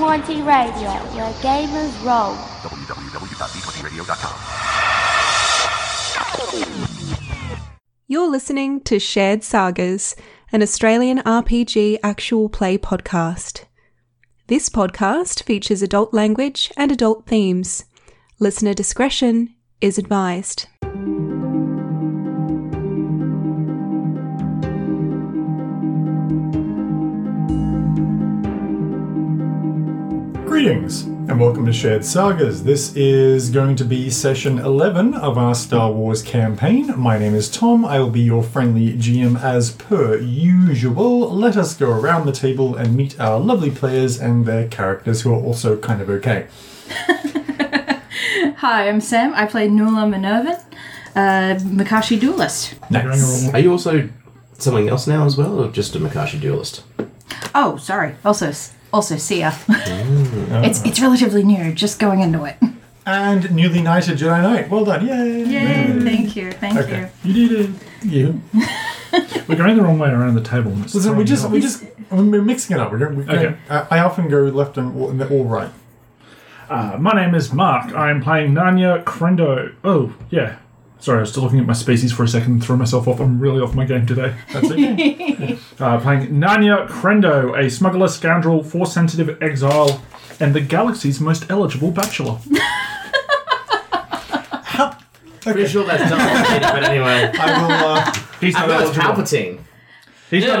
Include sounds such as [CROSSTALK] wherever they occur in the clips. Radio, where gamers roll. You're listening to Shared Sagas, an Australian RPG actual play podcast. This podcast features adult language and adult themes. Listener discretion is advised. Greetings and welcome to Shared Sagas. This is going to be session 11 of our Star Wars campaign. My name is Tom. I will be your friendly GM as per usual. Let us go around the table and meet our lovely players and their characters who are also kind of okay. Hi, I'm Sam. I play Nula Minerva, uh, Makashi Duelist. Nice. Are you also something else now as well, or just a Makashi duelist? Oh, sorry. Also, also Sia. it's it's relatively new. Just going into it. And newly knighted Jedi Knight. Well done. Yay! Yay! Thank you. Thank Mm. Okay. You did it. You. We're going the wrong way around the table. and it's Listen, we throwing just, me we off. just, we're mixing it up. We're going, we're going, Okay. I, I often go left and all, and they're all right. Uh, my name is Mark. I am playing Narnia Crendo. Oh, yeah. Sorry, I was still looking at my species for a second and threw myself off. I'm really off my [LAUGHS] game today. That's okay. Uh, playing Narnia Crendo, a smuggler, scoundrel, force sensitive exile, and the galaxy's most eligible bachelor. Pretty sure that's not but [LAUGHS] anyway. I will, uh, [LAUGHS] He's not That's eligible. Palpatine. He's not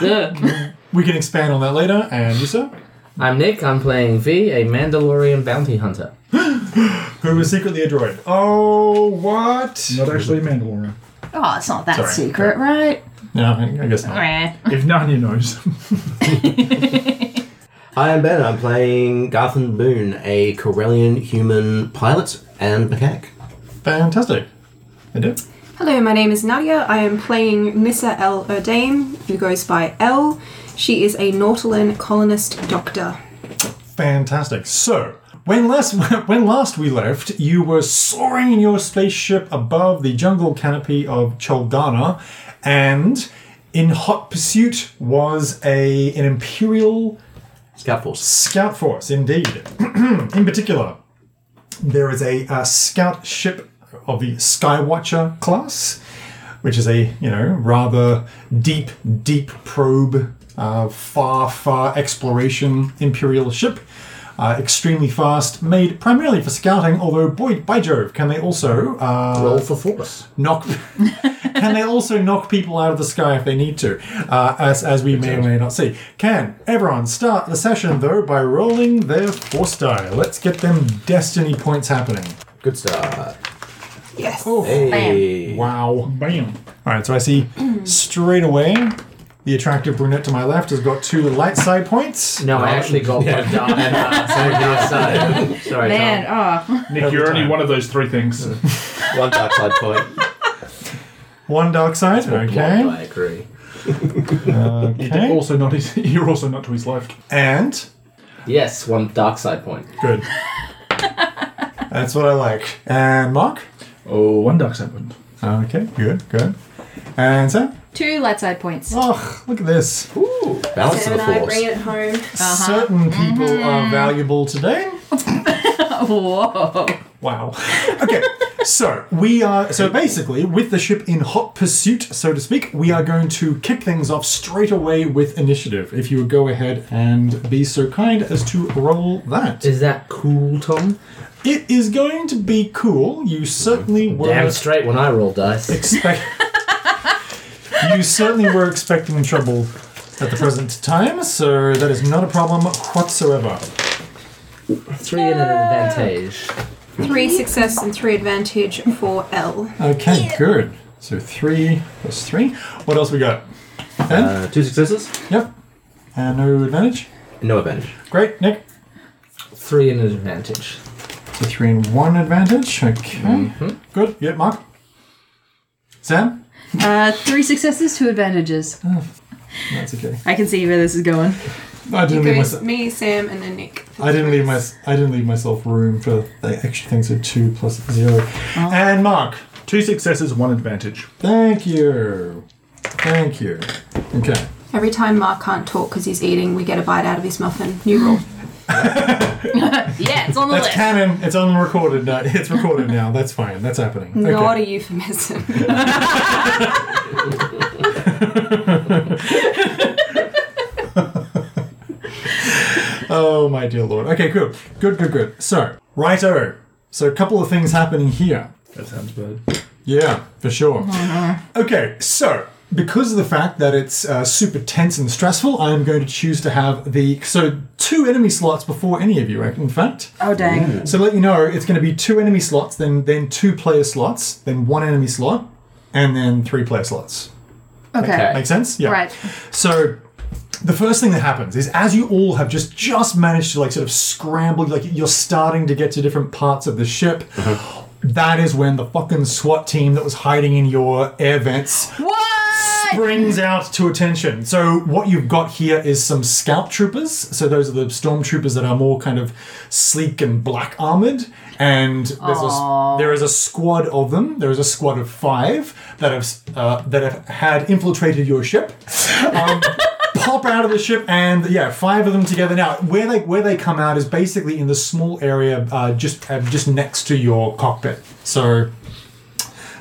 eligible. we can expand on that later. And you, sir? I'm Nick. I'm playing V, a Mandalorian bounty hunter. Who was secretly a droid? Oh, what? Not actually a Mandalorian. you. Oh, it's not that Sorry. secret, right? No, I I guess not. Meh. If Narnia knows. [LAUGHS] Hi, I'm Ben. I'm playing Garthan Boone, a Corellian human pilot and mechanic. Fantastic. I do. Hello, my name is Nadia. I am playing Missa L. Erdame, who goes by L. She is a Nautilin colonist doctor. Fantastic. So, when last [LAUGHS] when last we left, you were soaring in your spaceship above the jungle canopy of Choldana, and in hot pursuit was a an imperial Scout Force. scout force, indeed. [CLEARS THROAT] in particular, there is a, uh scout ship of the Skywatcher class, which is a you know rather deep, deep probe, uh, far, far exploration imperial ship. Uh, extremely fast, made primarily for scouting. Although, boy, by Jove, can they also uh, Roll for Force. knock? [LAUGHS] can they also knock people out of the sky if they need to, uh, as as we may or may not see? Can everyone start the session though by rolling their force die? Let's get them destiny points happening. Good start. Yes. Oh, Hey. wow! Bam. All right, so I see straight away the attractive brunette to my left has got two light side points. No, I actually [LAUGHS] got one down. dark side. Sorry, Man, oh, Nick, Every you're only time. one of those three things. [LAUGHS] Tom. One dark side point. One dark side. Blonde, Okay. I agree. okay. Also not his, [LAUGHS] you're also not to his left. And Yes, one dark side point. good. That's what I like. And Mark. Oh, one dark side point. Okay. Good. Good. And Sam. two light side points. Oh, look at this. Ooh, balance of the and I bring Force. it home. Certain people are valuable today. Whoa! Wow. Okay. So we are so basically with the ship in hot pursuit, so to speak. We are going to kick things off straight away with initiative. If you would go ahead and be so kind as to roll that, Is that cool, Tom? it is going to be cool. You certainly were Damn straight when I roll dice. expect. you certainly were expecting trouble at the present time, so that is not a problem whatsoever. [LAUGHS] Three and an advantage. Three success and three advantage for L. Okay, good. So three plus three. What else we got? Ben? Uh, two successes. Yep. And no advantage. No advantage. Great, Nick. Three and an advantage. So three and one advantage. Okay. Good. Yeah, Mark. Sam. Uh, three successes, two advantages. That's okay. I can see where this is going. I It didn't leave goes myself. me, Sam, and then Nick. I didn't leave my. I didn't leave myself room for the extra things at two plus zero. Oh. And Mark. Two successes, one advantage. Thank you. Thank you. Okay. Every time Mark can't talk because he's eating, we get a bite out of his muffin. New rule. Yeah, it's on the That's list. canon. It's unrecorded. No, it's recorded now. [LAUGHS] That's fine. That's happening. Not Okay. a euphemism. Oh my dear lord. Okay, cool. Good, good, good. So, righto. So, a couple of things happening here. That sounds bad. Yeah, for sure. Okay, so because of the fact that it's uh, super tense and stressful, I am going to choose to have the so two enemy slots before any of you. In fact, Oh dang. so to let you know, it's going to be two enemy slots, then then two player slots, then one enemy slot, and then three player slots. Okay. Make sense? Yeah. Right. So the first thing that happens is as you all have just just managed to like sort of scramble, like you're starting to get to different parts of the ship. that is when the fucking SWAT team that was hiding in your air vents What? brings out to attention. So what you've got here is some scout troopers. So those are the stormtroopers that are more kind of sleek and black armored. And there's a, there is a squad of them. There is a squad of five that have uh, that have had infiltrated your ship. Um, pop out of the ship and yeah five of them together now where they where they come out is basically in the small area uh, just uh, just next to your cockpit so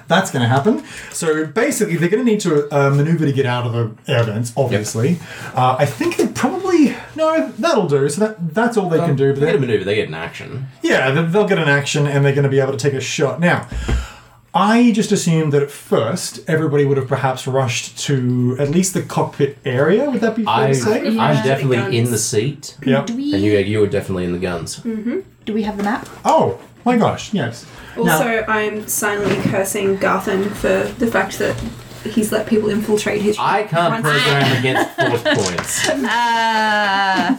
that's going to happen. So basically, they're going to need to uh, maneuver to get out of the air vents. Obviously, uh, I think they probably no. That'll do. So that that's all they can do. But They get Um, then, a maneuver, they get an action. yeah, they- they'll get an action and they're going to be able to take a shot. Now, I just assumed that at first everybody would have perhaps rushed to at least the cockpit area. Would that be fair I, to say? I'm definitely in the seat. Yeah. Do And we you, you were definitely in the guns. do we have the map? Oh my gosh! Yes. Also, I'm silently cursing Garthan for the fact that he's let people infiltrate his. I can't Once- program against force points. Uh,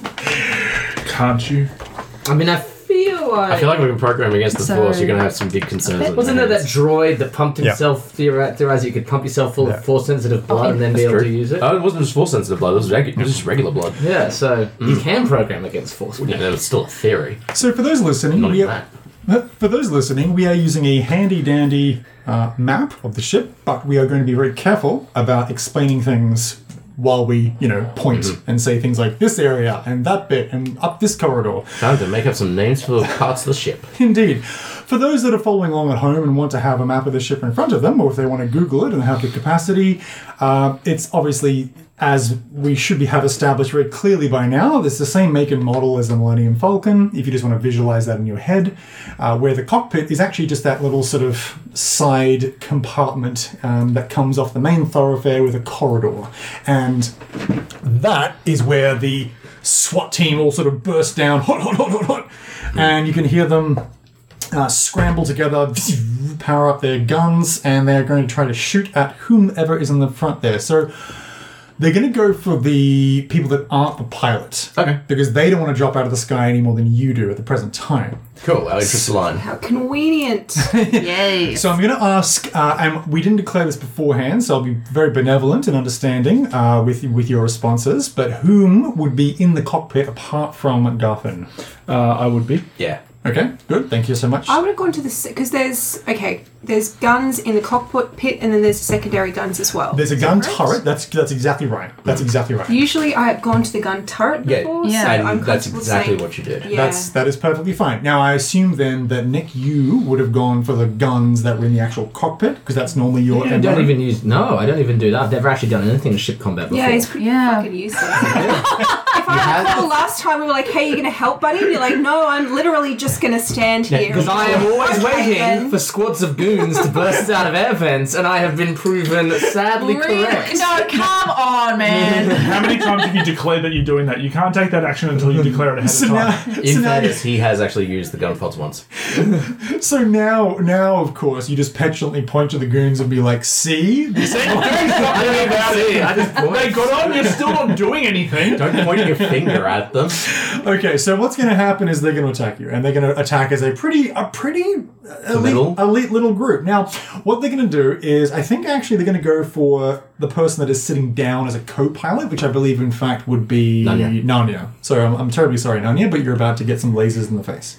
Can't you? [LAUGHS] I mean, I feel like. I feel like we can program against the So- force. You're going to have some big concerns. on wasn't your it that hands. droid that pumped Yeah. himself, theori- theorized you could pump yourself full Yeah. of force sensitive blood and then be That's able true. to use it? Oh, it wasn't just force sensitive blood. It was, regu- it was just regular blood. Yeah, so Mm. you can program against force. Yeah, that was still a theory. So for those listening, Not we even are- that. For those listening, we are using a handy dandy uh, map of the ship, but we are going to be very careful about explaining things while we, you know, point and say things like this area and that bit and up this corridor. Time to make up some names for parts of the ship. [LAUGHS] Indeed. For those that are following along at home and want to have a map of the ship in front of them, or if they want to Google it and have the capacity, uh, it's obviously as we should be have established very clearly by now. It's the same make and model as the Millennium Falcon. If you just want to visualize that in your head, uh, where the cockpit is actually just that little sort of side compartment um, that comes off the main thoroughfare with a corridor, and that is where the SWAT team all sort of burst down, hot, hot, hot, hot, hot, and you can hear them uh, scramble together, power up their guns, and they're going to try to shoot at whomever is in the front there. So they're going to go for the people that aren't the pilot. Okay. Because they don't want to drop out of the sky any more than you do at the present time. Cool. Our interest line. How convenient. yay. So I'm going to ask, uh, and we didn't declare this beforehand, so I'll be very benevolent and understanding uh, with with your responses. But whom would be in the cockpit apart from Garfin? Uh, I would be. Yeah. Okay, good. Thank you so much. I would have gone to the because there's okay. There's guns in the cockpit pit, and then there's secondary guns as well. There's a gun turret. That's that's exactly right. That's exactly right. Usually, I have gone to the gun turret Yeah. before, Yeah. so and I'm that's comfortable exactly saying, what you did. Yeah. That's that is perfectly fine. Now I assume then that Nick, you would have gone for the guns that were in the actual cockpit because that's normally your. I MO. don't even use. No, I don't even do that. I've never actually done anything in ship combat before. Yeah, he's pretty Yeah. fucking useless. if [LAUGHS] I recall, last time we were like, "Hey, you gonna help, buddy?" And you're like, "No, I'm literally just gonna stand here." Because I am always Okay, waiting then. for squads of goons to burst out of air vents, and I have been proven sadly Really? correct. No, come [LAUGHS] on, man. How many times have you declared that you're doing that? You can't take that action until you declare it [LAUGHS] ahead So of time. now, [LAUGHS] so In now, fairness, he has actually used the gun pods once. so now, now, of course, you just petulantly point to the goons and be like, [LAUGHS] "See, this is I don't even see. I just They point. got on, you're still not doing anything. [LAUGHS] Don't point your finger at them. Okay, so what's going to happen is they're going to attack you, and they're going to attack as a pretty, a pretty elite, middle? elite little group. Now, what they're going to do is, I think actually they're going to go for the person that is sitting down as a co-pilot, which I believe, in fact, would be Nanya. Nanya. So I'm, I'm terribly sorry, Nanya, but you're about to get some lasers in the face.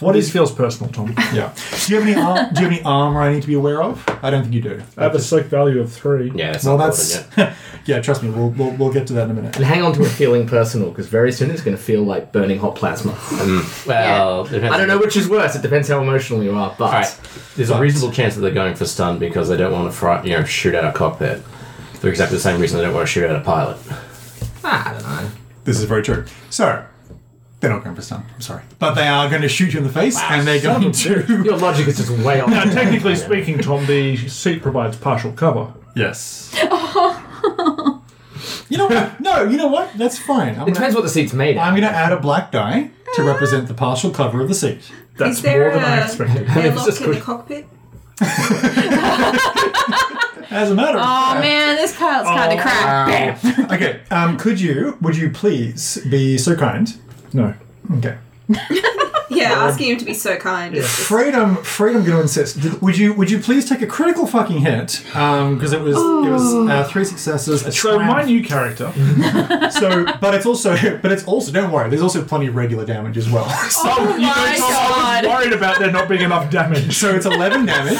What This is feels personal, Tom. [LAUGHS] yeah? Do you have any arm, do you have any armor I need to be aware of? I don't think you do. I have a psych value of three. Yeah, that's well, not that's important [LAUGHS] yeah. Trust me, we'll, we'll we'll get to that in a minute. And [LAUGHS] hang on to it feeling personal, because very soon it's going to feel like burning hot plasma. Well, depends I don't on- know which is worse. It depends how emotional you are. But All right. There's a reasonable chance that they're going for stun because they don't want to fry, you know shoot out a cockpit for exactly the same reason they don't want to shoot out a pilot. ah, I don't know. This is very true. So they're not going for stun. I'm sorry, but they are going to shoot you in the face, and they're going [LAUGHS] to Your logic is just way off. Now, technically speaking, Tom, the seat provides partial cover. yes. you know what? No, you know what? That's fine. I'm It gonna, depends what the seat's made. I'm of. gonna add a black die to represent the partial cover of the seat. That's Is there more than I a- [LAUGHS] expected. Airlock just in the good. cockpit. As a matter of Oh man, this pile's kind of crap. Oh. Okay, um, could you, would you please be so kind? No. Okay. Yeah, asking him to be so kind. is just- Freedom, freedom. Going to insist. Did- would you, would you please take a critical fucking hit? Because it was, it was uh, three successes. A So triumph. my new character. [LAUGHS] so, but it's also, but it's also. Don't worry. There's also plenty of regular damage as well. [LAUGHS] So, Oh, you my know, Tom, I God. was worried about [LAUGHS] there not being enough damage. so it's eleven damage.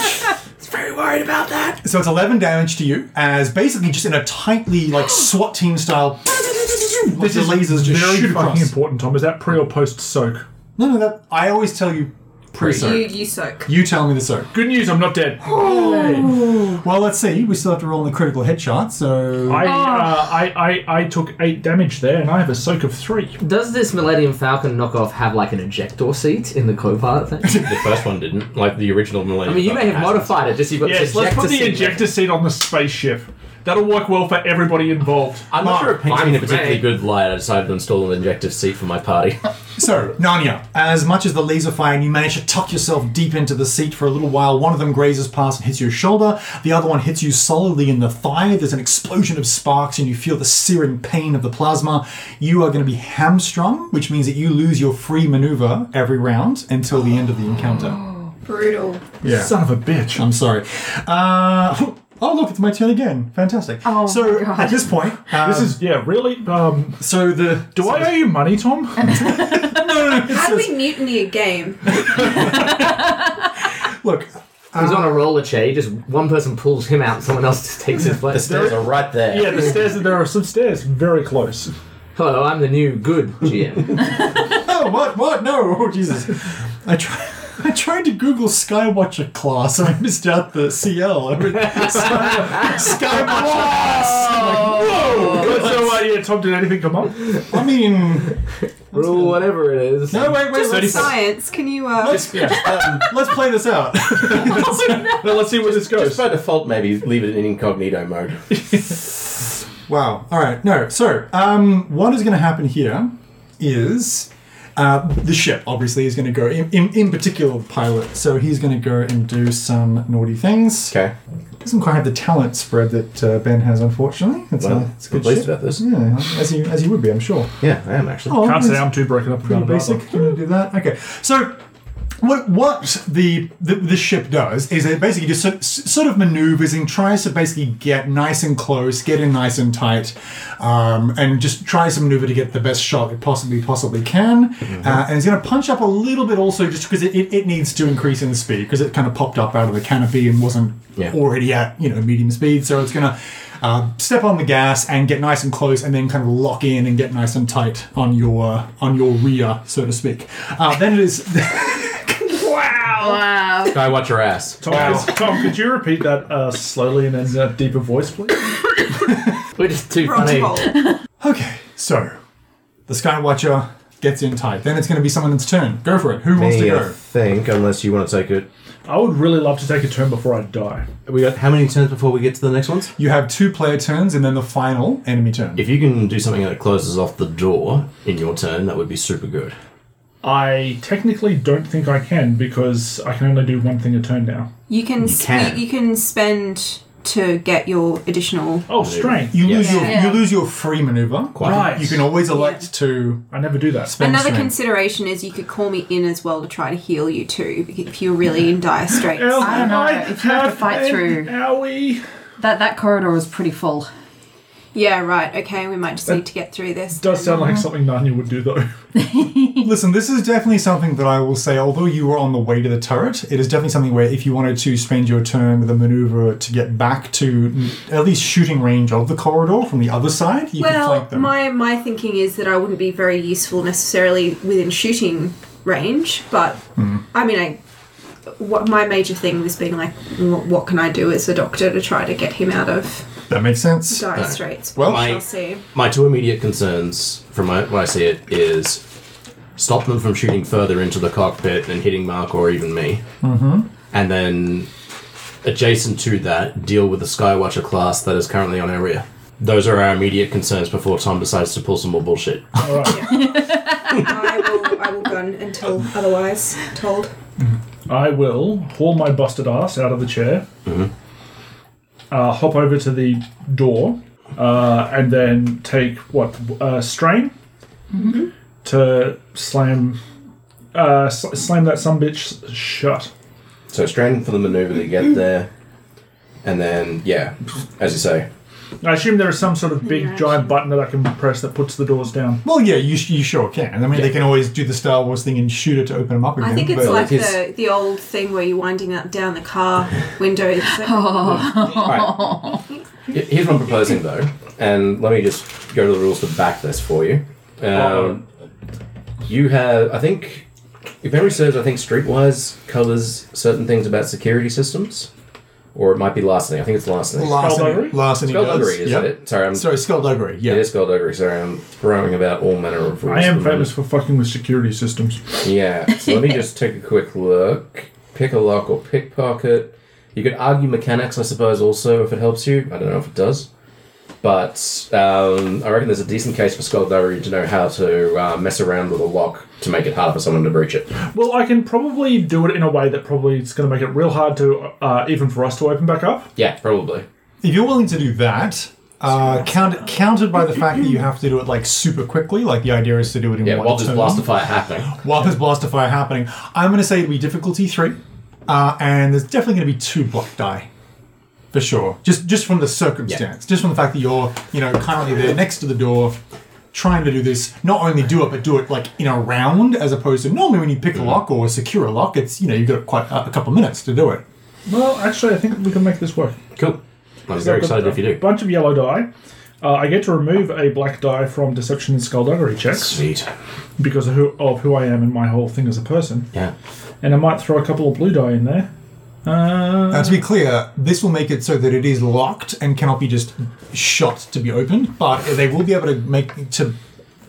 very worried about that. So it's eleven damage to you, as basically just in a tightly like SWAT team style. This is lasers just very shoot fucking across. important, Tom. Is that pre or post soak? No, no, that I always tell you pre-soak. You, You, you soak. tell me the soak. Good news, I'm not [GASPS] dead. Well, let's see. We still have to roll in the critical headshot, so I, uh, I, I I took eight damage there, and I have a soak of three. Does this Millennium Falcon knockoff have like an ejector seat in the [LAUGHS] co-pilot thing? The first one didn't, like the original I Millennium. mean, you may have Falcon has modified it. Just you've got Yes, the let's ejector put the seat. ejector seat on the spaceship. That'll work well for everybody involved. it. I'm not sure it paints fine me in a for particularly me. good light. I decided to install an injective seat for my party. So, Narnia, as much as the laser fire, and you manage to tuck yourself deep into the seat for a little while. One of them grazes past and hits your shoulder. The other one hits you solidly in the thigh. There's an explosion of sparks, and you feel the searing pain of the plasma. You are going to be hamstrung, which means that you lose your free maneuver every round until the end of the [GASPS] encounter. Brutal. Yeah. Son of a bitch. I'm sorry. Uh, [LAUGHS] oh, look, it's my turn again. Fantastic. Oh, so, at this point, uh, This is yeah, really. Um, so the. do I [LAUGHS] owe you money, Tom? How do we mutiny a game? Look, He's on a roller chair. You Just one person pulls him out, and someone else just takes [LAUGHS] his place. are right there. yeah, the stairs. There are some stairs very close. Hello, I'm the new good [LAUGHS] GM. Oh, [LAUGHS] what? What? No! Oh, Jesus. I try. [LAUGHS] I tried to Google Skywatcher class and I missed out the CL. I [LAUGHS] mean, Sky- Skywatcher class. so uh, yeah, Tom, did anything come up? I mean, Rule whatever it is. no, wait, wait. Just Let's, science. Can you? Uh, let's, um, let's play this out. [LAUGHS] Well, let's see where this goes. Just by default, maybe leave it in incognito mode. Wow. All right. No. So, um, what is going to happen here is uh, the ship obviously is going to go in, in, in particular the pilot. So he's going to go and do some naughty things. Okay. Doesn't quite have the talent spread that uh, Ben has, unfortunately. It's, Well, uh, it's good pleased shit. about this. Yeah, as you as you would be, I'm sure. Yeah, I am actually. Oh, Can't that's say I'm too broken up pretty about it. basic. Can you do that? Okay. So, what what the the, the ship does is it basically just sort, sort of maneuvers and tries to basically get nice and close, get in nice and tight, um, and just tries to maneuver to get the best shot it possibly possibly can. Uh, and it's going to punch up a little bit also just because it, it, it needs to increase in speed because it kind of popped up out of the canopy and wasn't Yeah. already at you know medium speed, so it's going to. Uh, step on the gas and get nice and close, and then kind of lock in and get nice and tight on your on your rear, so to speak. Uh, then it is [LAUGHS] Wow. Guy, watch your ass. Tom, could- Tom, Oh, could you repeat that uh, slowly and in a deeper voice, please? We're just too wrong funny. roll. Okay, so the Skywatcher gets in tight. Then it's going to be someone that's turn. Go for it. Who wants to Me, I go? think, unless you want to take it. I would really love to take a turn before I die. We got how many turns before we get to the next ones? You have two player turns and then the final enemy turn. If you can do something that closes off the door in your turn, that would be super good. I technically don't think I can because I can only do one thing a turn now. You can. You can. can. You, can spend to get your additional. Oh, strength. you lose Yeah. your Yeah. you lose your free maneuver. Quite. Right. You can always elect to I never do that. spend Another strength. consideration is you could call me in as well to try to heal you too, if you're really in dire straits. I [LAUGHS] don't know. If you have to fight through- Owie. That that corridor was pretty full. Yeah, right. Okay, we might just need to get through this. Does sound Uh-huh. like something Narnia would do, [LAUGHS] though. Listen, this is definitely something that I will say, although you were on the way to the turret, it is definitely something where if you wanted to spend your turn with a maneuver to get back to mm, at least shooting range of the corridor from the other side, you can Well, flank them. my my thinking is that I wouldn't be very useful necessarily within shooting range, but I mean, I what my major thing was being like, "Wh- what can I do as a doctor to try to get him out of that makes sense. dire No. straits? Well- we My- shall see. My two immediate concerns, from my, what I see it, is stop them from shooting further into the cockpit and hitting Mark or even me. Mm-hmm. And then, adjacent to that, deal with the Skywatcher class that is currently on our rear. Those are our immediate concerns before Tom decides to pull some more bullshit. I will, I will gun until otherwise told. I will haul my busted ass out of the chair, uh, hop over to the door, uh, and then take what uh, strain to slam uh, sl- slam that some bitch shut. So, strain for the maneuver to get there. And then, yeah, as you say, I assume there is some sort of big giant button that I can press that puts the doors down. Well, yeah, you, sh- you sure can. I mean, they can always do the Star Wars thing and shoot it to open them up again. I think it's but- like it's- the the old thing where you're winding up down the car window. It's like- Oh. Alright. Here- Here's what I'm proposing though, and let me just go to the rules to back this for you. Oh. Um, you have, I think, if memory serves, I think Streetwise covers certain things about security systems, or it might be larceny. I think it's larceny. larceny. Skullduggery? Larceny does. Skullduggery, isn't Yep. it? Sorry, I'm Sorry, skullduggery. Yeah. It is skullduggery. Sorry, I'm throwing about all manner of rules. I at am the moment. famous for fucking with security systems. Yeah. So [LAUGHS] let me just take a quick look. Pick a lock or pickpocket. You could argue mechanics, I suppose, also if it helps you. I don't know if it does, but um, I reckon there's a decent case for skullduggery to know how to uh, mess around with a lock to make it harder for someone to breach it. Well, I can probably do it in a way that probably it's going to make it real hard to, uh, even for us to open back up. Yeah, probably. If you're willing to do that, uh, count, countered by the fact that you have to do it like super quickly, like the idea is to do it in Yeah, one while turn. there's blaster fire happening. while there's blaster fire happening, I'm going to say it'll be difficulty three, uh, and there's definitely going to be two block die, for sure. Just just from the circumstance, just from the fact that you're you know currently there next to the door, trying to do this. Not only do it, but do it like in a round, as opposed to normally when you pick a Mm. lock or secure a lock, it's you know you've got quite a, a couple minutes to do it. Well, actually, I think we can make this work. Cool. I'm very excited if you A do. bunch of yellow die. Uh, I get to remove a black die from deception and skullduggery checks Sweet. because of who, of who I am and my whole thing as a person. Yeah. And I might throw a couple of blue die in there. Uh, Now, to be clear, this will make it so that it is locked and cannot be just shot to be opened, but they will be able to make to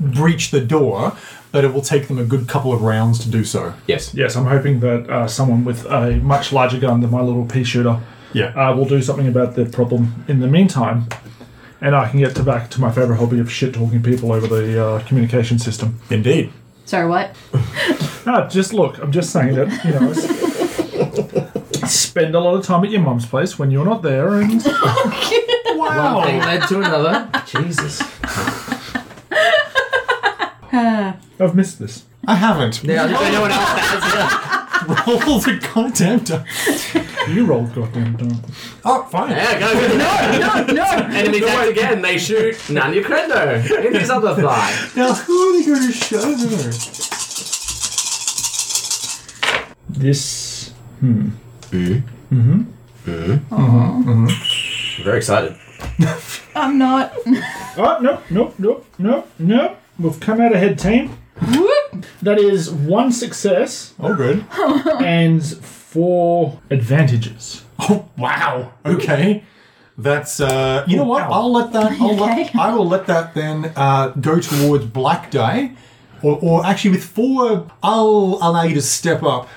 breach the door, but it will take them a good couple of rounds to do so. Yes. yes, I'm hoping that uh, someone with a much larger gun than my little pea shooter Yeah. uh, will do something about the problem in the meantime. And I can get to back to my favourite hobby of shit talking people over the uh, communication system. Indeed. Sorry, what? Ah, just look, I'm just saying that, you know. it's- [LAUGHS] Spend a lot of time at your mum's place when you're not there, and One thing led to [LAUGHS] another. Jesus. I've missed this. I haven't. Oh, Yeah, I think no one else [LAUGHS] has. [LAUGHS] Roll the goddamn die. You rolled goddamn dumb. Oh, fine. Yeah, go with it. No, no, no. Enemy attacked again. They shoot Nanya Crendo in his [LAUGHS] other thigh. Now, who are they going to show there? This. I'm very excited. I'm [LAUGHS] not. Oh, no, no, no, no, no. We've come out ahead, team. Whoop. That is one success Oh, good. and four advantages. [LAUGHS] Oh, wow. Okay. That's uh you know what? Wow. I'll let that I'll let, Okay. I will let that then uh go towards black die. Or, or actually with four I'll allow you to step up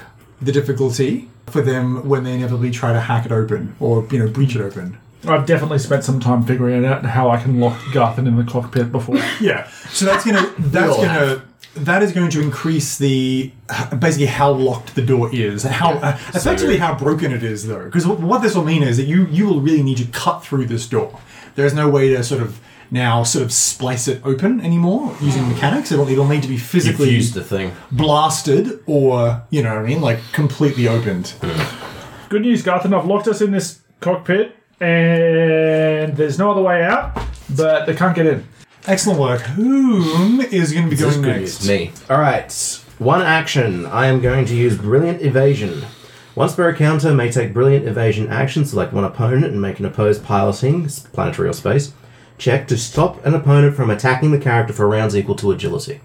the difficulty for them when they inevitably try to hack it open or you know breach it open. I've definitely spent some time figuring out how I can lock Garthin in the cockpit [LAUGHS] before. Yeah. So that's gonna that's all gonna that is going to increase the basically how locked the door is, how uh, effectively how broken it is, though. Because what this will mean is that you you will really need to cut through this door. There's no way to sort of now sort of splice it open anymore using mechanics. It'll, it'll need to be You've physically used the thing. blasted or you know what I mean, like completely opened. Good news, Garthin, I've locked us in this cockpit and there's no other way out. but they can't get in. Excellent work. Whom is going to be This going could be next? Me. All right. One action. I am going to use brilliant evasion. Once per encounter, may take brilliant evasion action. Select one opponent and make an opposed piloting s- planetary or space check to stop an opponent from attacking the character for rounds equal to agility.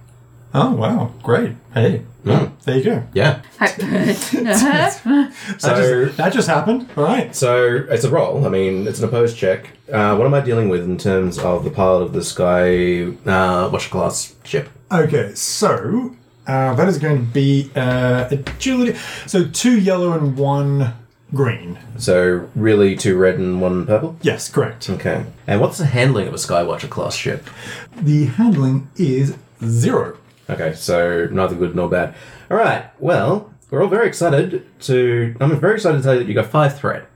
Oh wow, great. Hey, there you go. Hmm. Yeah. [LAUGHS] That, So just, that just happened. All right. so it's a roll. I mean, it's an opposed check. Uh, what am I dealing with in terms of the pilot of the sky uh, watch class ship? Okay, so uh, that is going to be uh, agility. So two yellow and one green. So really, two red and one purple. Yes, correct. Okay. And what's the handling of a Skywatcher class ship? The handling is zero. Okay, so neither good nor bad. All right. Well, we're all very excited to. I'm very excited to tell you that you got five threat,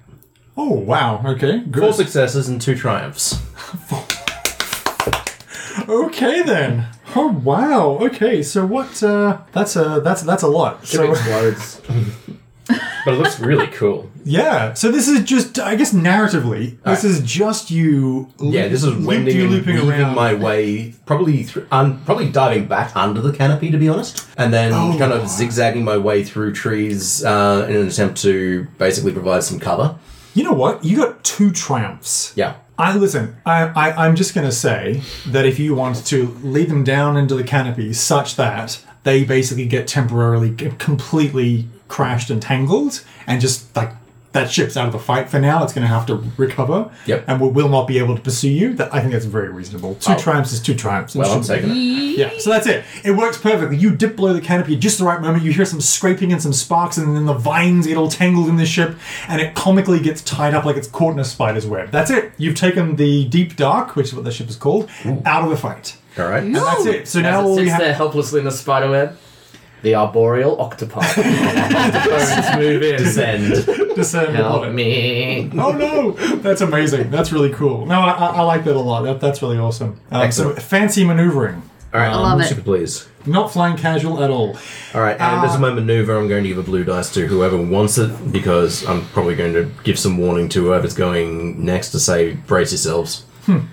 Oh wow. Okay. Good. four successes, and two triumphs. Okay then. Oh wow. Okay. So what? Uh, that's a that's that's a lot. So explodes. but it looks really cool. yeah. So this is just I guess narratively this Alright. is just you. Yeah, this is loop- wending you and weaving my way, probably thr um, probably diving back under the canopy to be honest, and then kind of zigzagging my way through trees uh, in an attempt to basically provide some cover. You know what? You got two triumphs. Yeah. I listen. I, I I'm just gonna say that if you want to lead them down into the canopy such that they basically get temporarily c- completely crashed and tangled, and just like that ship's out of the fight for now, it's gonna have to recover. Yep. And we will not be able to pursue you. That I think that's very reasonable. Two Oh. triumphs is two triumphs. It Well, I'm shouldn't be- taking it. yeah, so that's it. It works perfectly. You dip below the canopy at just the right moment. You hear some scraping and some sparks, and then the vines get all tangled in the ship, and it comically gets tied up like it's caught in a spider's web. That's it. You've taken the deep dark, which is what the ship is called, out of the fight. All right. And that's it. So now As it all we sits there have. helplessly in a spider web, the arboreal [LAUGHS] octopi. Octopodes move in. Send. Discern the Help bottom. me. Oh no! That's amazing. That's really cool. No, I, I, I like that a lot. That, that's really awesome. Um, so Excellent. fancy maneuvering. All right. love um, it. super please. Not flying casual at all. All right, and as my maneuver, I'm going to give a blue dice to whoever wants it because I'm probably going to give some warning to whoever's going next to say brace yourselves.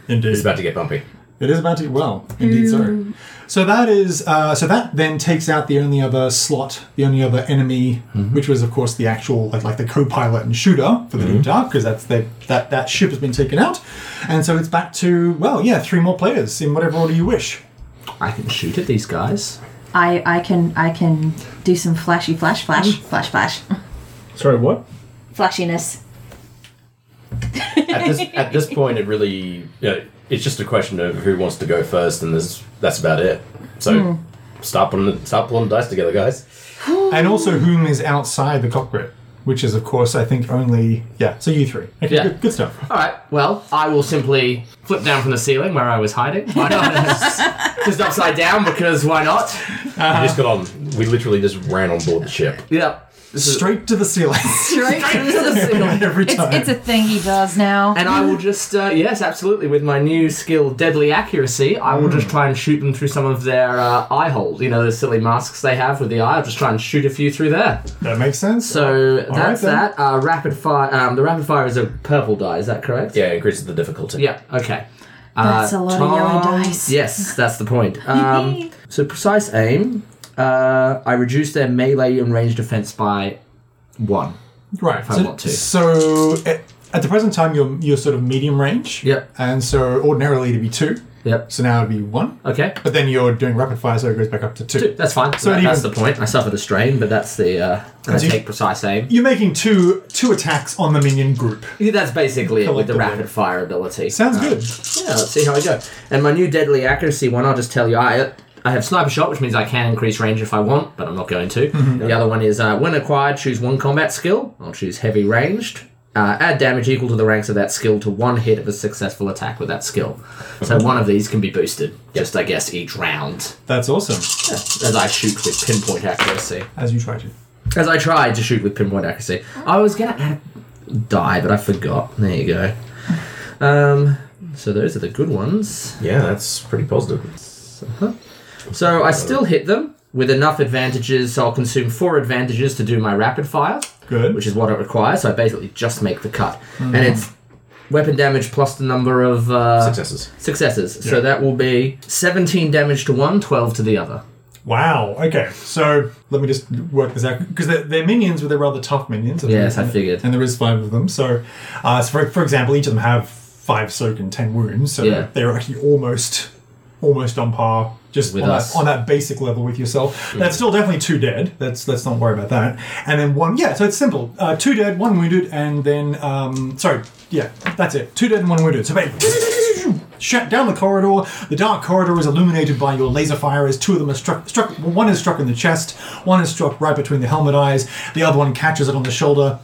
Indeed. It's about to get bumpy. It is about to well, indeed, Hmm. so. So that is uh, so that then takes out the only other slot, the only other enemy, Mm-hmm. which was of course the actual like, like the co-pilot and shooter for the Mm-hmm. Deep Dark, because that's the, that that ship has been taken out, and so it's back to well, yeah, three more players in whatever order you wish. I can shoot at these guys. I I can I can do some flashy flash flash flash flash Sorry, what? flashiness. At this at this point, it really yeah, it's just a question of who wants to go first, and there's, that's about it. So start putting start pulling dice together, guys. And also, whom is outside the cockpit, which is of course I think only yeah. So you three, okay, Yeah. good, good stuff. All right. Well, I will simply flip down from the ceiling where I was hiding. Why [LAUGHS] not? just upside down because why not? We just got on. We literally just ran on board the ship. Yep. This is- Straight to the ceiling [LAUGHS] every It's, time. it's a thing he does now. And I will just, uh, yes, absolutely, with my new skill, Deadly Accuracy, I will just try and shoot them through some of their uh, eye holes. You know, those silly masks they have with the eye. I'll just try and shoot a few through there. that makes sense. So that's then. that. Uh, rapid fire. Um, the rapid fire is a purple die, is that correct? Yeah, increases the difficulty. Yeah, okay. Uh, That's a lot of yellow dice. [LAUGHS] Yes, that's the point. Um, so precise aim. Uh, I reduce their melee and range defense by one. Right. I so, want to. so at, at the present time, you're you're sort of medium range. Yep. And so ordinarily it'd be two. Yep. So now it'd be one. Okay. But then you're doing rapid fire, so it goes back up to two. Two. [LAUGHS] That's fine. So So it that's even- the point. I suffered a strain, but that's the. Uh, and I So you- take precise aim. You're making two two attacks on the minion group. Yeah, that's basically it with the Collectively. rapid fire ability. Sounds Uh, good. Yeah, let's see how I go. And my new deadly accuracy one, I'll just tell you, I I have sniper shot, which means I can increase range if I want, but I'm not going to. Mm-hmm. The other one is uh, when acquired, choose one combat skill. I'll choose heavy ranged. Uh, add damage equal to the ranks of that skill to one hit of a successful attack with that skill. So one of these can be boosted, just I guess each round, That's awesome. as I shoot with pinpoint accuracy. As you try to. As I tried to shoot with pinpoint accuracy. I was gonna add die, but I forgot. There you go. Um, so those are the good ones. Yeah, that's pretty positive. So I still hit them with enough advantages, so I'll consume four advantages to do my rapid fire, Good. which is what it requires. So I basically just make the cut, and it's weapon damage plus the number of uh, Successes. successes. So that will be 17 damage to one, 12 to the other. Wow. Okay. So let me just work this out because they're, they're minions, but they're rather tough minions. Yes, I And- figured. And there is five of them. So, uh, so for, for example, each of them have five soak and ten wounds. So Yeah. they're actually almost, almost on par. Just With on, us. Hmm. That, on that basic level with yourself. That's still definitely two dead. That's let's not worry about that. And then one. Yeah. So it's simple. Uh, two dead, one wounded, and then um, sorry. Yeah. That's it. Two dead and one wounded. So. ba- Shut down the corridor. The dark corridor is illuminated by your laser fire as two of them are struck. struck one is struck in the chest, one is struck right between the helmet eyes, the other one catches it on the shoulder.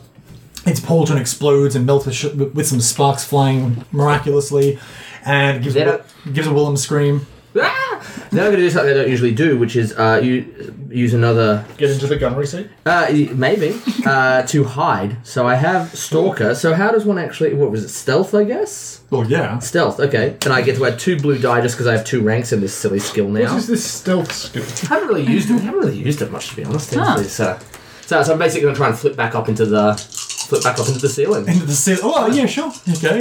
Its pauldron explodes and melts with, sh- with some sparks flying miraculously, and gives They a, gives a Willem scream. Ah! Now I'm going to do something I don't usually do, which is uh, you use another Get into the gunnery seat. Uh, y- maybe uh, [LAUGHS] to hide. So I have stalker. So how does one actually? What was it? Stealth, I guess. Oh, Well, yeah. Stealth. Okay. And I get to add two blue die just because I have two ranks in this silly skill now. What is this stealth skill? I haven't really used it. I haven't really used it much to be honest. Huh. actually, So, so, so I'm basically going to try and flip back up into the flip back up into the ceiling, Into the sea. Oh, yeah, sure. Okay.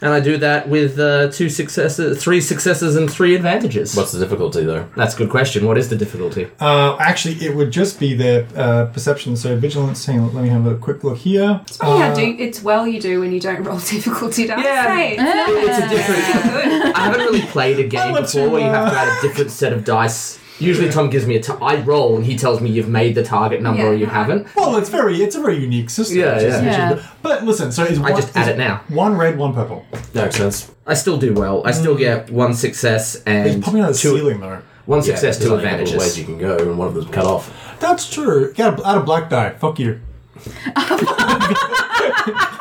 and I do that with uh, two successes, three successes, and three advantages. What's the difficulty though? That's a good question. What is the difficulty? Uh, actually, it would just be their uh, perception. So vigilance. Hang on. Let me have a quick look here. It's funny how oh, do, it's well you do when you don't roll [LAUGHS] difficulty dice. Yeah. hey, it's not It's a different. good. [LAUGHS] I haven't really played a game want to, before where you have to add a different set of dice. Usually, Tom gives me a. T- I roll and he tells me you've made the target number or Yeah. you haven't. Well, it's very. It's a very unique system. Yeah, which is- yeah. which is- Yeah. But listen. So it's I one, just add it's it now. One red, one purple. That makes sense. I still do well. I still get one success It's and Mm. probably not a two, ceiling though. one success, there's two only a couple of Ways advantages. you can go, and one of them's cut off. That's true. Got a, add a black die. Fuck you.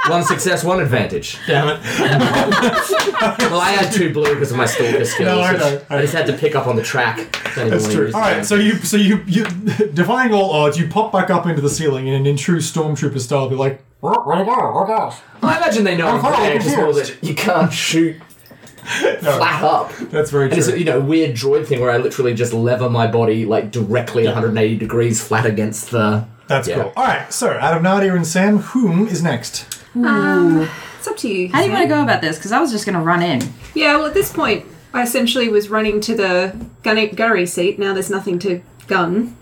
one success, one advantage. Damn it. Well, I had two blue because of my stalker skills. No, I which know, I I just had to pick up on the track. Don't even That's wanna true. use All right. that. So you, so you, you, [LAUGHS] defying all odds, you pop back up into the ceiling and in true stormtrooper style, be like, "Ruh, ruh, ruh, ruh, ruh." I imagine they know I'm Oh, playing, just yes. more that you can't [LAUGHS] shoot flat up. that's very And it's a, true. you know weird droid thing where I literally just lever my body like directly 180 degrees flat against the. That's yeah. cool. All right. So out of Nadia and Sam, whom is next? It's up to you. How do you want to go about this? Because I was just going to run in. Yeah, well, at this point, I essentially was running to the gunny, gunnery seat. Now there's nothing to gun.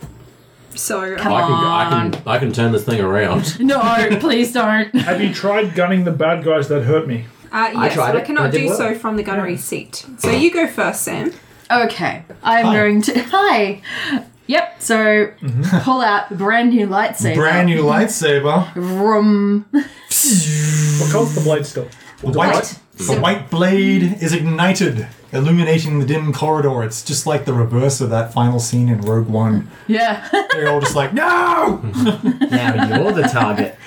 So, uh, I can, I can, I can turn this thing around. [LAUGHS] No, please don't. Have you tried gunning the bad guys that hurt me? uh, yes, I tried but I it, cannot and it do didn't so work. from the gunnery seat. So you go first, Sam. Okay, I'm going to. Hi. Yep. So pull out the brand new lightsaber. Mm-hmm. Brand new lightsaber. Vroom. What colour's the blade still? The white, the white blade is ignited, illuminating the dim corridor. It's just like the reverse of that final scene in Rogue One. Yeah. [LAUGHS] They're all just like, no. Now you're the target.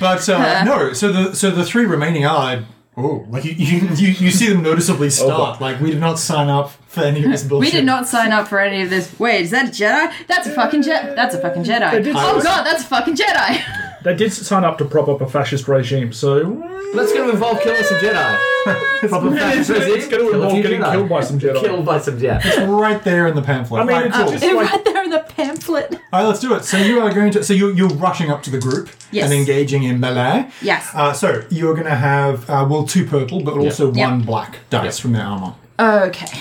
But [LAUGHS] uh, no, so the so the three remaining are oh, like you you, you, you see them noticeably Oh, start. like we did not sign up for any of this We bullshit. did not sign up for any of this. Wait, is that a Jedi? That's a fucking Jedi. That's a fucking Jedi. Oh god, that's a fucking Jedi. [LAUGHS] They did sign up to prop up a fascist regime, so mm, Let's get to involve killing some Jedi. [LAUGHS] Proper it's, fascist regime, it's going to kill a involve few getting Jedi. killed by some Jedi. Killed by some Jedi. right there in the pamphlet. I mean, All right, it's cool. just like right there in the pamphlet. All right, let's do it. So you are going to so you you're rushing up to the group Yes. and engaging in melee. Yes. Uh, so you're going to have uh, well two purple, but also Yep. one black dice from their armor. Okay.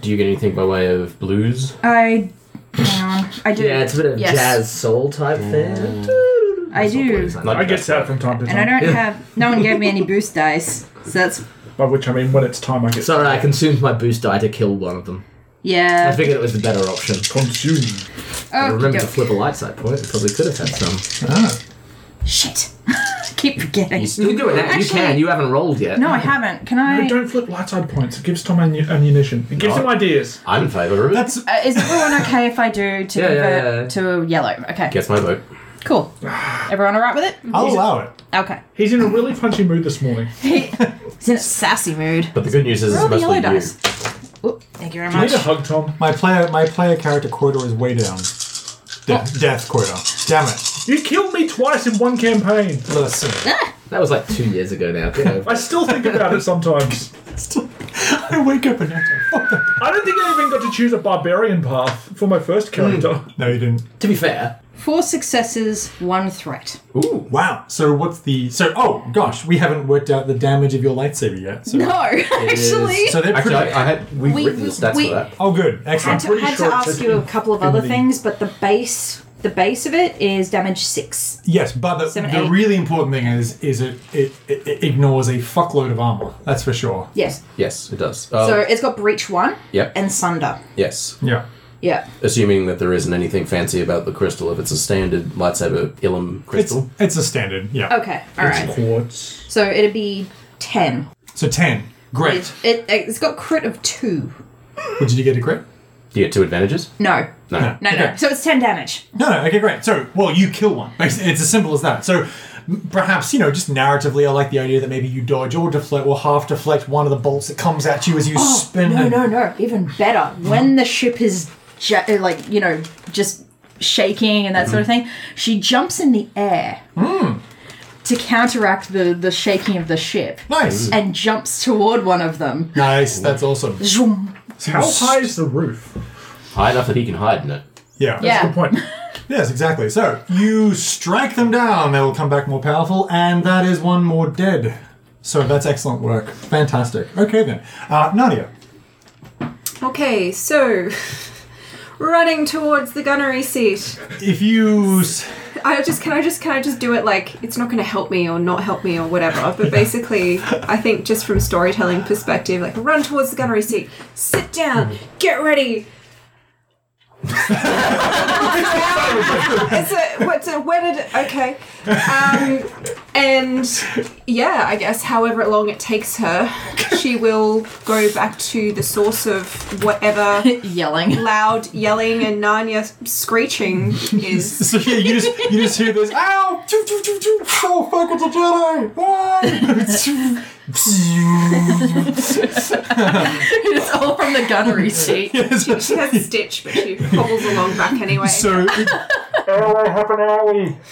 Do you get anything by way of blues? I. Hang on. I do. Yeah, it's a bit of Yes. jazz soul type thing. I do. Like I get sad from time to And I time. don't have. No one gave me any boost dice, so that's. By which I mean when it's time, I get Sorry, I consumed my boost die to kill one of them. I Yeah. figured it was the better option. consumed. Oh, I remember to Okey-doke. flip a light side point. I probably could have had some. Shit. [LAUGHS] Keep forgetting. You can do it now. you Actually- can. You haven't rolled yet. No, I haven't. Can I? No, don't flip light side points. It gives Tom ammu- ammunition. It gives No. him ideas. I'm in favour of it. That's Uh, is everyone okay if I do to Yeah, yeah, convert yeah, yeah. to yellow? Okay. Gets my vote. Cool. Everyone all right with it? I'll allow it. Okay. He's in a really punchy mood this morning. He's in a sassy mood. But the good news is Roll it's the mostly yellow you. dice. Oop, thank you very I much. need a hug, Tom. My player my player character quota is way down. De- Death quota. Damn it. You killed me twice in one campaign. [LAUGHS] Let's see. That was like two years [LAUGHS] ago now. Get over I still think about it sometimes. I wake up and I go, fuck that. Hmm. I don't think I even got to choose a barbarian path for my first character. No, you didn't. it. to be fair, Four successes, one threat. Ooh. Wow. So what's the so? Oh gosh, we haven't worked out the damage of your lightsaber yet. So, No, [LAUGHS] actually. so they're Actually, pretty. I, I had we've We- written the stats we- for that. oh, good. had Excellent. to, had to ask you a couple of in other the- things, but the base the base of it is damage six. Yes, but the, Seven, the eight. really important thing is is it, it it it ignores a fuckload of armor. That's for sure. Yes. Yes, it does. Oh. Uh, So it's got breach one Yep. and sunder. yes, Yeah. Yeah. assuming that there isn't anything fancy about the crystal. If it's a standard lightsaber Ilum It's crystal, it's a standard. Yeah. Okay. All right. Quartz. So it'd be ten. So ten. Great. It, it it's got crit of two. Well, did you get a crit? do you get two advantages? No. No. No. No. Okay. So it's ten damage. No, no, okay, great. So, well, you kill one. [LAUGHS] Basically, It's as simple as that. So, m- perhaps, you know, just narratively, I like the idea that maybe you dodge or deflect or half deflect one of the bolts that comes at you as you spin. Oh, No, and- no, no. Even better. When the ship is ja- uh, like, you know, just shaking and that sort of thing, she jumps in the air Hmm. to counteract the, the shaking of the ship Nice. and jumps toward one of them. Nice. That's awesome. Zoom. So How you s- high is the roof? High enough that he can hide in it. Yeah. Yeah. Good point. Yes, exactly. So, you strike them down. They will come back more powerful. And that is one more dead. So, that's excellent work. Fantastic. Okay, then. Uh, Nadia. Okay, so [LAUGHS] running towards the gunnery seat. If you. s- I just can I just can I just do it like it's not going to help me or not help me or whatever. But basically, I think just from storytelling perspective, like run towards the gunnery seat, sit down, get ready. it's a what's a wedded okay, um, and yeah, I guess however long it takes her, she will go back to the source of whatever [LAUGHS] Yelling. loud yelling and Narnia screeching is. So, yeah, you just, you just hear this. Ow! Choo, choo, choo, choo. Oh, fuck, it's a Jedi! [LAUGHS] Why? it's all from the [LAUGHS] gunnery seat. She has a stitch, but she hobbles along back anyway. So,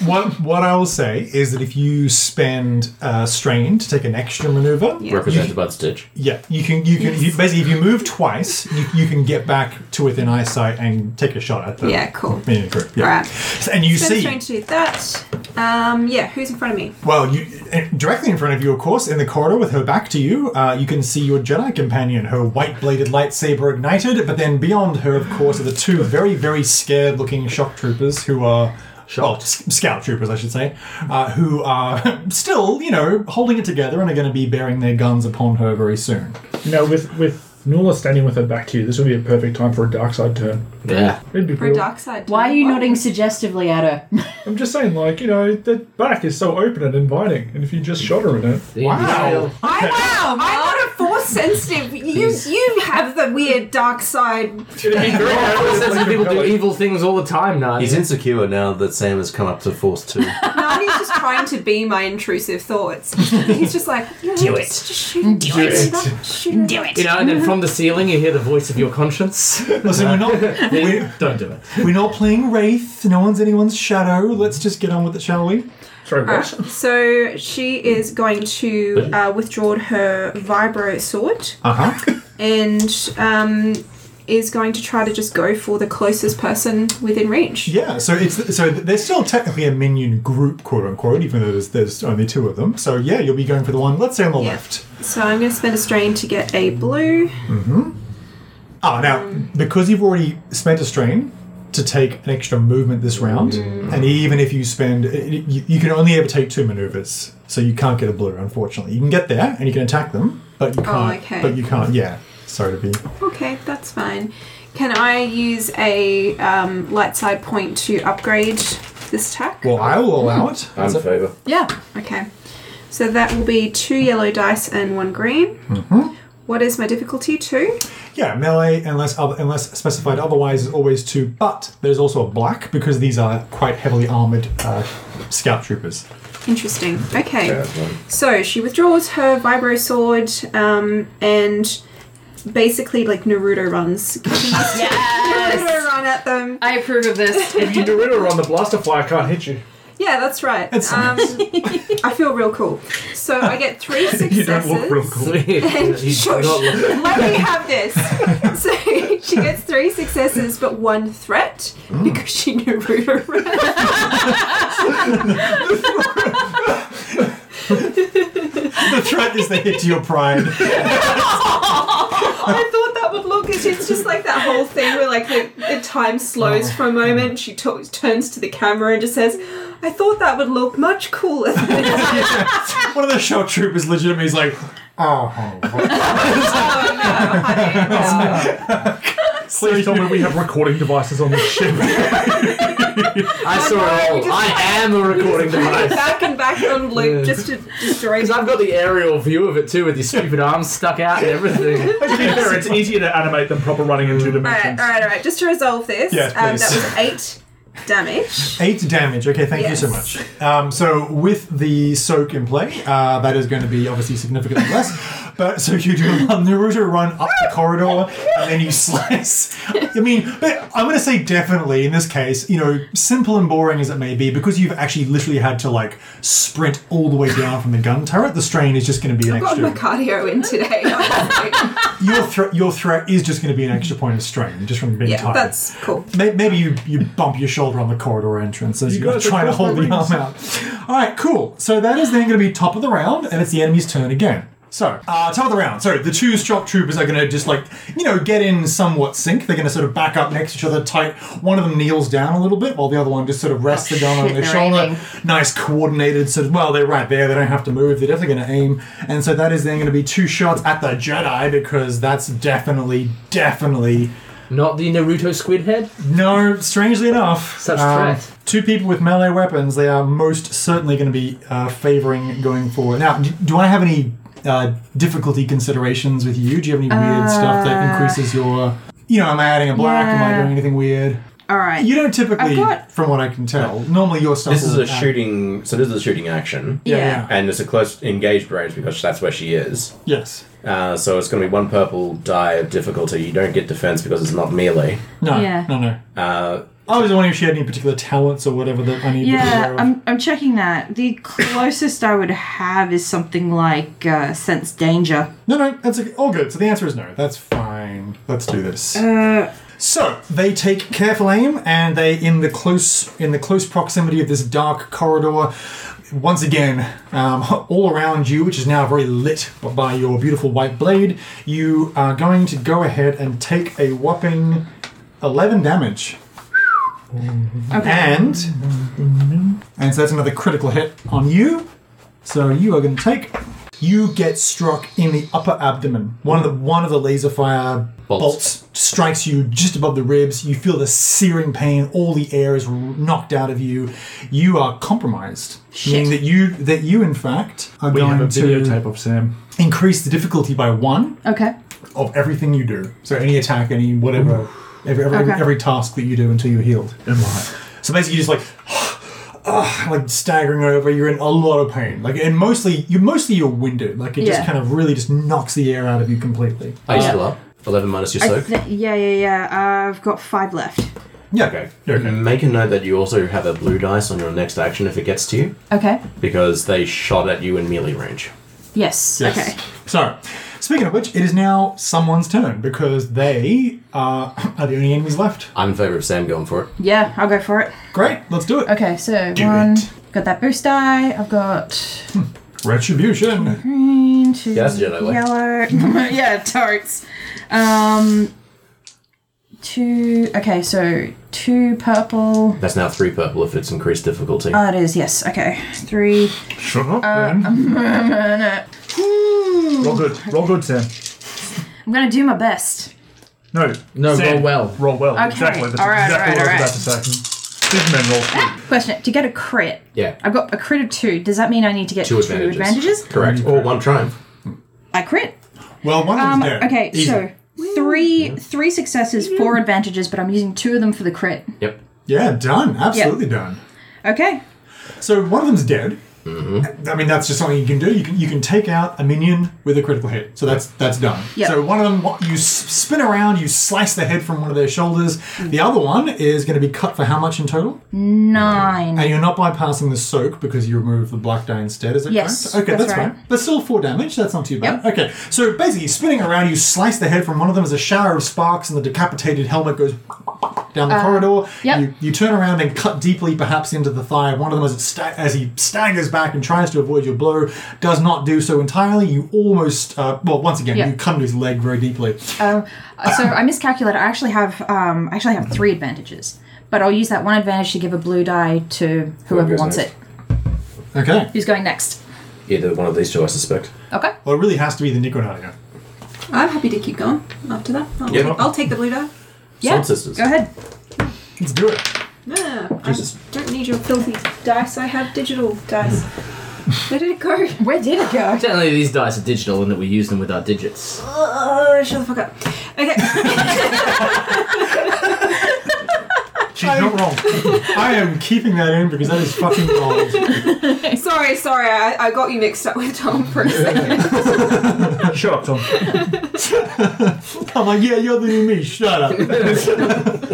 what what I will say is that if you spend uh, strain to take an extra maneuver, yeah, Represented by the stitch. you can you can you, basically if you move twice, you, you can get back to within eyesight and take a shot at the Yeah, cool. minion group. Yeah. Right. So- and you Spend see, strain to do that. Um, yeah, who's in front of me? well, you and directly in front of you, of course, in the corridor with her back to you, uh, you can see your Jedi companion, her white bladed lightsaber ignited. But then beyond her, of course, are the two very very scared looking shock troopers who are. Well, s- scout troopers, I should say, uh, who are [LAUGHS] still, you know, holding it together and are going to be bearing their guns upon her very soon. You know, with with Nula standing with her back to you, this would be a perfect time for a dark side turn. Yeah. It'd be For a real- dark side. Why are you What? nodding suggestively [LAUGHS] at her? I'm just saying, like, you know, the back is so open and inviting, and if you just shot her in it, Wow. I, wow, I'm not a force sensitive. You you have the weird dark side. it'd be great. people do evil things all the time now. He's insecure now that Sam has come up to force two. Narnia's just trying to be my intrusive thoughts. He's just like, yeah, do it. Just, just shoot, do it. Shoot do You know, and then from the ceiling you hear the voice of your conscience. Listen, we're not we're, [LAUGHS] Don't do it. we're not playing Wraith. No one's anyone's shadow. Let's just get on with it, shall we? Sorry, Alright, what? so she is going to uh, withdraw her vibro sword Uh huh. [LAUGHS] and um, is going to try to just go for the closest person within reach. Yeah, so it's so they're still technically a minion group, quote unquote, even though there's, there's only two of them. So yeah, you'll be going for the one, let's say on the Yeah. left. So I'm going to spend a strain to get a blue. Ah, now Mm. because you've already spent a strain to take an extra movement this round, Mm. and even if you spend, you, you can only ever take two maneuvers, so you can't get a blue. Unfortunately, you can get there and you can attack them, but you can't. Oh, okay. But you can't. Yeah, sorry to be. Okay, that's fine. Can I use a um, light side point to upgrade this attack? Well, I will allow it. I'm in favour. Yeah. Okay. So that will be two yellow dice and one green. Mm-hmm. is my difficulty? Two? Yeah, melee, unless other, unless specified otherwise, is always two. But there's also a black because these are quite heavily armored uh, scout troopers. Interesting. Okay. So she withdraws her vibro sword um, and basically like Naruto runs. [LAUGHS] Naruto Yes. run at them. I approve of this. [LAUGHS] If you do it or on the blaster fire can't hit you. Yeah, that's right. It's um, I feel real cool. So I get three successes. [LAUGHS] You don't look [LAUGHS] real cool. He's Shush. not looking- Let me have this. So [LAUGHS] she gets three successes but one threat Oh. because she knew Ruta ran. The threat is the hit to your pride. I thought that would look. It's it's just like that whole thing where like the, the time slows for a moment. She to- turns to the camera and just says, "I thought that would look much cooler." Than [LAUGHS] this." One of the shout troopers legitimately is like, oh, oh, oh no, honey, no. Please tell me we have recording devices on [LAUGHS] this ship. I saw it all. I am a [LAUGHS] recording device. Back and back on loop just to destroy. Because I've got the aerial view of it too, with your stupid arms stuck out and everything. [LAUGHS] to be fair, it's easier to animate than proper running in two dimensions. Alright, alright, alright. Just to resolve this, Yes, um, that please. was eight [LAUGHS] damage. eight damage. Okay, thank you so Yes. much. Um, so with the soak in play, uh, that is going to be obviously significantly less. But so you do [LAUGHS] run Naruto run up the corridor and then you [LAUGHS] slice. I mean, but I'm going to say definitely in this case, you know, simple and boring as it may be, because you've actually literally had to like sprint all the way down from the gun turret. The strain is just going to be an Got extra. my cardio in today. [LAUGHS] honestly. your threat, your threat is just going to be an extra point of strain just from being yeah, tired. that's cool. May- Maybe you, you bump your shoulder on the corridor entrance as You you are guys are trying to crossbow hold the rings. arm out. All right, cool. So that is then going to be top of the round, and it's the enemy's turn again. So, uh, top of the round. So the two shock troopers are going to just like, you know, get in somewhat sync. They're going to sort of back up next to each other tight. One of them kneels down a little bit while the other one just sort of rests the gun on Oh, shit, their they're shoulder. aiming. Nice coordinated sort of, well, they're right there. They don't have to move. They're definitely going to aim. And so that is then going to be two shots at the Jedi because that's definitely, definitely Not the Naruto squid head. no, strangely enough, um, Such threat. Two people with melee weapons, they are most certainly going to be uh, favoring going forward. Now, do, do I have any uh, difficulty considerations with you? Do you have any weird stuff that increases your? You know, am I adding a black? Am I Uh. Yeah. doing anything weird? [LAUGHS] All right. You don't typically, I've got- from what I can tell. Normally, your stuff. This is will a add- shooting. So this is a shooting action, Oh, Yeah. Yeah. yeah. and it's a close engaged range because that's where she is. Yes. Uh, so it's going to be one purple die of difficulty. You don't get defense because it's not melee. No. Yeah. No. No. Uh, I was wondering if she had any particular talents or whatever that I need to be aware Yeah, of. I'm, I'm checking that. The closest I would have is something like uh, sense danger. No, no, that's okay. all good. So the answer is no. That's fine. Let's do this. so they take careful aim, and they in the close in the close proximity of this dark corridor. Once again, um, all around you, which is now very lit by your beautiful white blade, you are going to go ahead and take a whopping eleven damage. Okay. And and so that's another critical hit on you. So you are going to take you get struck in the upper abdomen. One of the one of the laser fire bolts. Bolts. strikes you just above the ribs. You feel the searing pain. All the air is knocked out of you. You are compromised, meaning that you that you in fact are We have a going to videotape of Sam. increase the difficulty by one Okay. of everything you do. So any attack, any whatever, every every, Okay. every task that you do until you're healed. Am I? So basically, you're just like, [SIGHS] ah, like staggering over. You're in a lot of pain. Like, and mostly, you mostly you're winded. Like, it just Yeah. kind of really just knocks the air out of you completely. are you still up? Eleven minus your I soak. th- yeah, yeah, yeah. I've got five left. Yeah. Okay. You're okay. Make a note that you also have a blue dice on your next action if it gets to you, Okay. because they shot at you in melee range. Yes. Yes. Okay. So, speaking of which, it is now someone's turn because they are, [COUGHS] are the only enemies left. I'm in favor of Sam going for it. Yeah, I'll go for it. Great. Let's do it. Okay, so Do one. it. Got that boost die. I've got Mm-hmm. Retribution. green, two, Yeah, that's a Jedi way. yellow. [LAUGHS] yeah, totes. Um, two. Okay, so two purple. That's now three purple if it's increased difficulty. Uh, Ah, it is. Yes. Okay. Three. Shut up, Uh, [LAUGHS] man. roll good. Roll good, Sam. I'm gonna do my best. No. No, Sam, roll well. Roll well. Exactly. That's All right, exactly all what right, I was about to say. Superman [GASPS] roll good. Question: To get a crit, Yeah. I've got a crit of two. Does that mean I need to get two, advantages? Correct. Or one triumph. I crit. Well, one of Um, them's dead. okay, Easy. so three three successes, four advantages, but I'm using two of them for the crit. Yep. Yeah, done. Absolutely done. Okay. So one of them's dead. Mm-hmm. I mean, that's just something you can do. You can you can take out a minion with a critical hit. So that's that's done. Yeah. So one of them, what- you s- spin around, you slice the head from one of their shoulders. Mm. The other one is going to be cut for how much in total? Nine. And you're not bypassing the soak because you remove the black die instead, is it Yes, correct? Okay, that's that's, fine. right. That's still four damage. That's not too bad. Okay, so basically, spinning around, you slice the head from one of them as a shower of sparks, and the decapitated helmet goes down the corridor. Uh, yep. You, you turn around and cut deeply, perhaps into the thigh of one of them as, it sta- as he staggers back and tries to avoid your blow. Does not do so entirely. You almost, uh, well, once again, Yeah. you cut into his leg very deeply. Uh, so I miscalculated. I actually have um, I actually have three advantages, but I'll use that one advantage to give a blue die to whoever goes wants next? it. Okay, Who's going next? Either one of these two, I suspect. Okay. well, it really has to be the Niconaga. I'm happy to keep going after that. I'll, Yeah. I'll take the blue die. Yeah. Sword sisters. Go ahead. Let's do it. Yeah, Jesus. Ah, I don't need your filthy dice. I have digital dice. Where did it go? Where did it go? Technically, these dice are digital in that we use them with our digits. Oh, shut the fuck up. Okay. She's not wrong. I am keeping that in because that is fucking [LAUGHS] gold. sorry, sorry. I, I got you mixed up with Tom for a second. Shut up, Tom. [LAUGHS] I'm like, yeah, you're the new me. Shut up. [LAUGHS]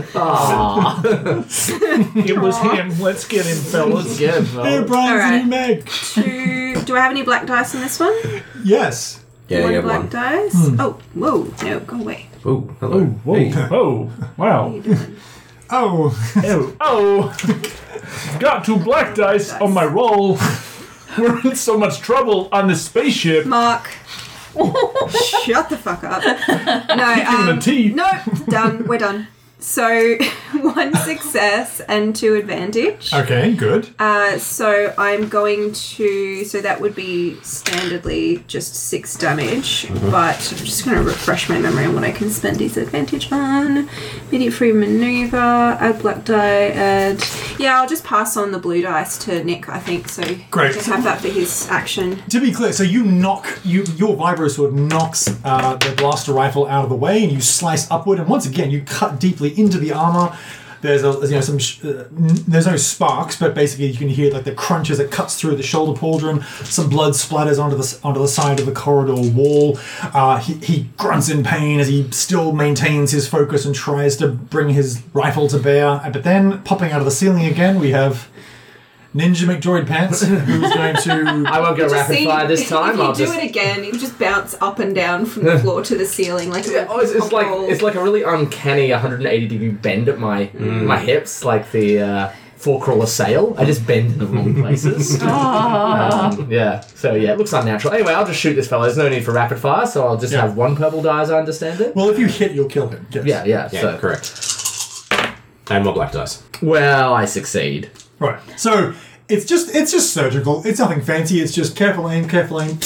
It was him. Let's get him, fellas. Yeah, [LAUGHS] Hey, well, Brian's the Alright. new Meg. Two, do I have any black dice in this one? Yes. Yeah, one yeah, black one. dice. Oh, whoa. No, go away. Ooh, hello. Whoa, Hey. whoa, wow. Oh, Ew. Oh, got two black dice on my roll. [LAUGHS] We're in so much trouble on this spaceship. Mark. Shut the fuck up. No, Give him um, [LAUGHS] a T. no, done. We're done. So [LAUGHS] one success and two advantage. okay, good. Uh, so I'm going to. So that would be standardly just six damage, but I'm just going to refresh my memory on what I can spend these advantage on. Immediate free maneuver, add black die, add. Yeah, I'll just pass on the blue dice to Nick, I think. So Great. just have that for his action. To be clear, so you knock you your vibro sword knocks uh, the blaster rifle out of the way, and you slice upward. And once again, you cut deeply into the armor. There's a, you know some sh- uh, n- there's no sparks, but basically you can hear like the crunch as it cuts through the shoulder pauldron. Some blood splatters onto the s- onto the side of the corridor wall. Uh, he, he grunts in pain as he still maintains his focus and tries to bring his rifle to bear. Uh, But then popping out of the ceiling again, we have Ninja McDroid Pants, who's going to I won't go rapid See, fire this If time. you I'll do just. it again, you just bounce up and down from [LAUGHS] the floor to the ceiling like a Yeah, oh, it's, it's like it's like a really uncanny 180 degree bend at my my hips, like the uh, four crawler sail. I just bend in the wrong places. Um, yeah. So yeah, it looks unnatural. Anyway, I'll just shoot this fella. There's no need for rapid fire, so I'll just Yeah. have one purple die, as I understand it. Well, if you hit, you'll kill him. Yes. yeah, yeah. Yeah, so correct. And more black dice. well, I succeed. Right. So it's just it's just surgical. It's nothing fancy. It's just careful aim, careful aim.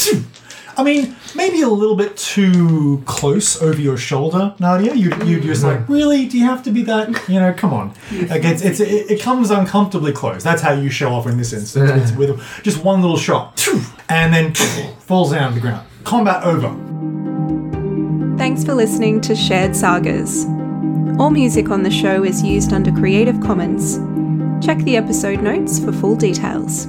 I mean, maybe a little bit too close over your shoulder, Nadia. You you just Mm-hmm. like really? Do you have to be that? You know, come on. Like it's, it's it, it comes uncomfortably close. That's how you show off in this instance. [LAUGHS] It's with just one little shot, and then falls down to the ground. Combat over. Thanks for listening to Shared Sagas. All music on the show is used under Creative Commons. Check the episode notes for full details.